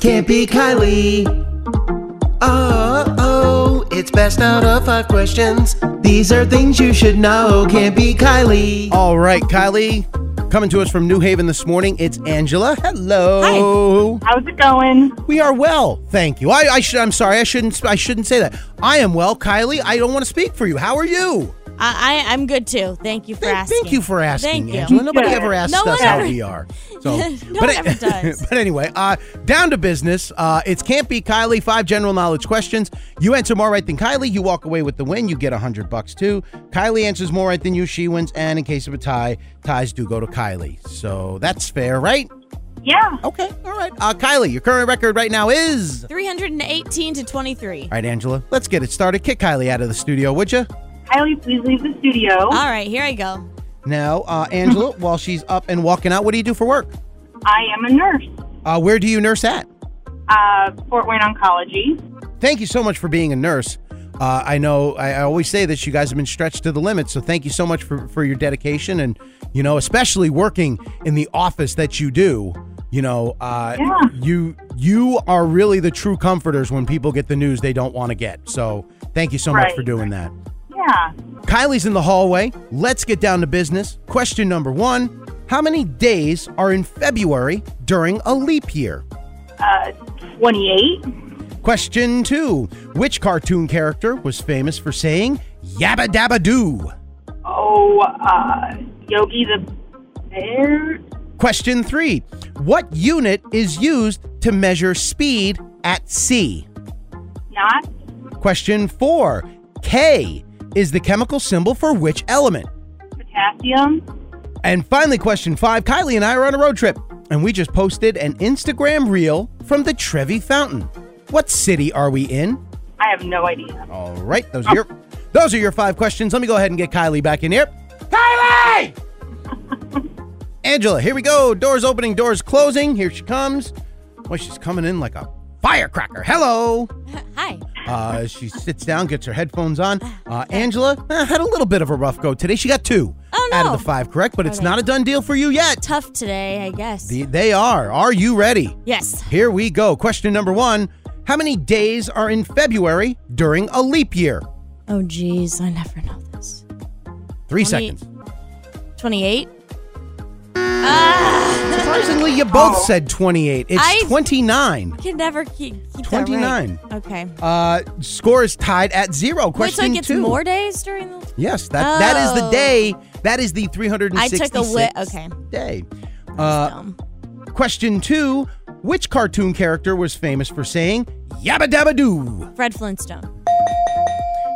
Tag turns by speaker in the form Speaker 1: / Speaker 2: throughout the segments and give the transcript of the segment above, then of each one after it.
Speaker 1: Can't be Kylie. Oh, oh, it's best out of five questions. These are things you should know. Can't be Kylie.
Speaker 2: All right, Kylie, coming to us from New Haven this morning, it's Angela. Hello.
Speaker 3: How's it going?
Speaker 2: We are well, thank you. I, I should. I'm sorry. I shouldn't. I shouldn't say that. I am well, Kylie. I don't want to speak for you. How are you?
Speaker 4: I, I I'm good too. Thank you for
Speaker 2: Thank-
Speaker 4: asking.
Speaker 2: Thank you for asking,
Speaker 4: Thank you.
Speaker 2: Angela. Nobody
Speaker 3: Yeah.
Speaker 2: ever asks
Speaker 4: No
Speaker 2: us
Speaker 4: one
Speaker 2: how
Speaker 4: ever-
Speaker 2: we are. So,
Speaker 4: No
Speaker 2: but
Speaker 4: one
Speaker 2: it-
Speaker 4: ever does.
Speaker 2: but anyway, uh, down to business. Uh, it's Can't Be Kylie. Five general knowledge questions. You answer more right than Kylie, you walk away with the win. You get a hundred bucks too. Kylie answers more right than you, she wins. And in case of a tie, ties do go to Kylie. So that's fair, right?
Speaker 3: Yeah.
Speaker 2: Okay, all right. Uh, Kylie, your current record right now is.
Speaker 4: 318 to 23.
Speaker 2: All right, Angela, let's get it started. Kick Kylie out of the studio, would you?
Speaker 3: Kylie, please leave the studio.
Speaker 4: All right, here I go.
Speaker 2: Now, uh, Angela, while she's up and walking out, what do you do for work?
Speaker 3: I am a nurse,
Speaker 2: Uh, where do you nurse at?
Speaker 3: uh, Fort Wayne Oncology.
Speaker 2: Thank you so much for being a nurse. Uh, I know I, I always say this, you guys have been stretched to the limit. So thank you so much for, for your dedication and, you know, especially working in the office that you do. You know, uh,
Speaker 3: Yeah.
Speaker 2: you you are really the true comforters when people get the news they don't want to get. So thank you so much
Speaker 3: Right.
Speaker 2: for doing that.
Speaker 3: Yeah.
Speaker 2: Kylie's in the hallway. Let's get down to business. Question number one How many days are in February during a leap year?
Speaker 3: Uh, 28.
Speaker 2: Question two Which cartoon character was famous for saying yabba dabba doo?
Speaker 3: Oh, uh, Yogi the Bear.
Speaker 2: Question three What unit is used to measure speed at sea?
Speaker 3: Not
Speaker 2: Question four K is the chemical symbol for which element?
Speaker 3: potassium.
Speaker 2: And finally, question five Kylie and I are on a road trip, and we just posted an Instagram reel from the Trevi Fountain. What city are we in?
Speaker 3: I have no idea.
Speaker 2: All right, those are your those are your five questions. Let me go ahead and get Kylie back in here. Kylie! Angela, here we go. Doors opening, doors closing. Here she comes. Boy, she's coming in like a firecracker. Hello.
Speaker 4: Hi.
Speaker 2: Uh, she sits down, gets her headphones on. Uh, Angela eh, had a little bit of a rough go today. She got two
Speaker 4: Oh,
Speaker 2: out of
Speaker 4: no.
Speaker 2: the five correct, but it's
Speaker 4: Okay.
Speaker 2: not a done deal for you yet.
Speaker 4: Tough today, I guess.
Speaker 2: The- They are. Are you ready?
Speaker 4: yes.
Speaker 2: Here we go. Question number one How many days are in February during a leap year?
Speaker 4: Oh, geez. I never know this.
Speaker 2: Three
Speaker 4: Twenty-
Speaker 2: seconds.
Speaker 4: 28?
Speaker 2: Surprisingly, you both
Speaker 3: Oh.
Speaker 2: said 28. It's
Speaker 4: I-
Speaker 2: 29.
Speaker 4: Can never keep, keep that right.
Speaker 2: 29.
Speaker 4: Okay.
Speaker 2: Uh, score is tied at zero.
Speaker 4: Wait, so
Speaker 2: Question
Speaker 4: it gets
Speaker 2: two.
Speaker 4: more days during the.
Speaker 2: Yes, that that is the
Speaker 4: Oh.
Speaker 2: day. That is the 366th
Speaker 4: I took a wi- okay.
Speaker 2: day. Uh,
Speaker 4: Um,
Speaker 2: question two: Which cartoon character was famous for saying "Yabba Dabba Doo"?
Speaker 4: Fred Flintstone.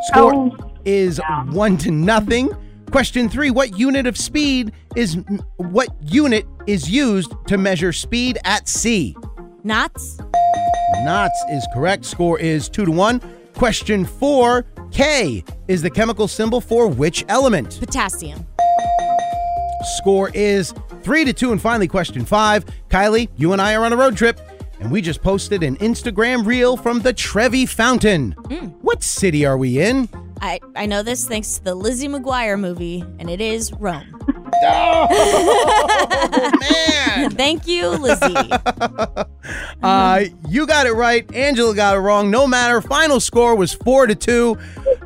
Speaker 2: Score
Speaker 3: Oh.
Speaker 2: is one to nothing. Question three: What unit of speed is what unit is used to measure speed at sea?
Speaker 4: Knots?
Speaker 2: Knots is correct. Score is two to one. Question four K is the chemical symbol for which element?
Speaker 4: Potassium.
Speaker 2: Score is three to two. And finally, question five Kylie, you and I are on a road trip, and we just posted an Instagram reel from the Trevi Fountain. What city are we in?
Speaker 4: I, I know this thanks to the Lizzie McGuire movie, and it is Rome.
Speaker 2: Man!
Speaker 4: Thank you, Lizzie.
Speaker 2: Uh, you got it right. Angela got it wrong. No matter. Final score was four to two.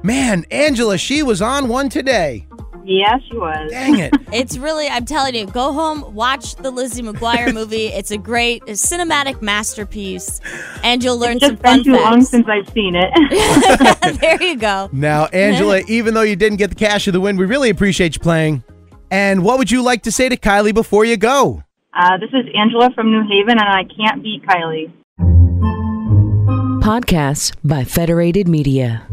Speaker 2: Man, Angela, she was on one today.
Speaker 3: Yeah, she was.
Speaker 2: Dang it.
Speaker 4: It's really, I'm telling you, go home, watch the Lizzie McGuire movie. It's a great cinematic masterpiece, and you'll learn some
Speaker 3: Just
Speaker 4: fun
Speaker 3: been too long
Speaker 4: facts.
Speaker 3: since I've seen it.
Speaker 4: there you go.
Speaker 2: Now, Angela, even though you didn't get the cash of the win, we really appreciate you playing. And what would you like to say to Kylie before you go?
Speaker 3: uh, this is Angela from New Haven, and I can't beat Kylie.
Speaker 5: Podcasts by Federated Media.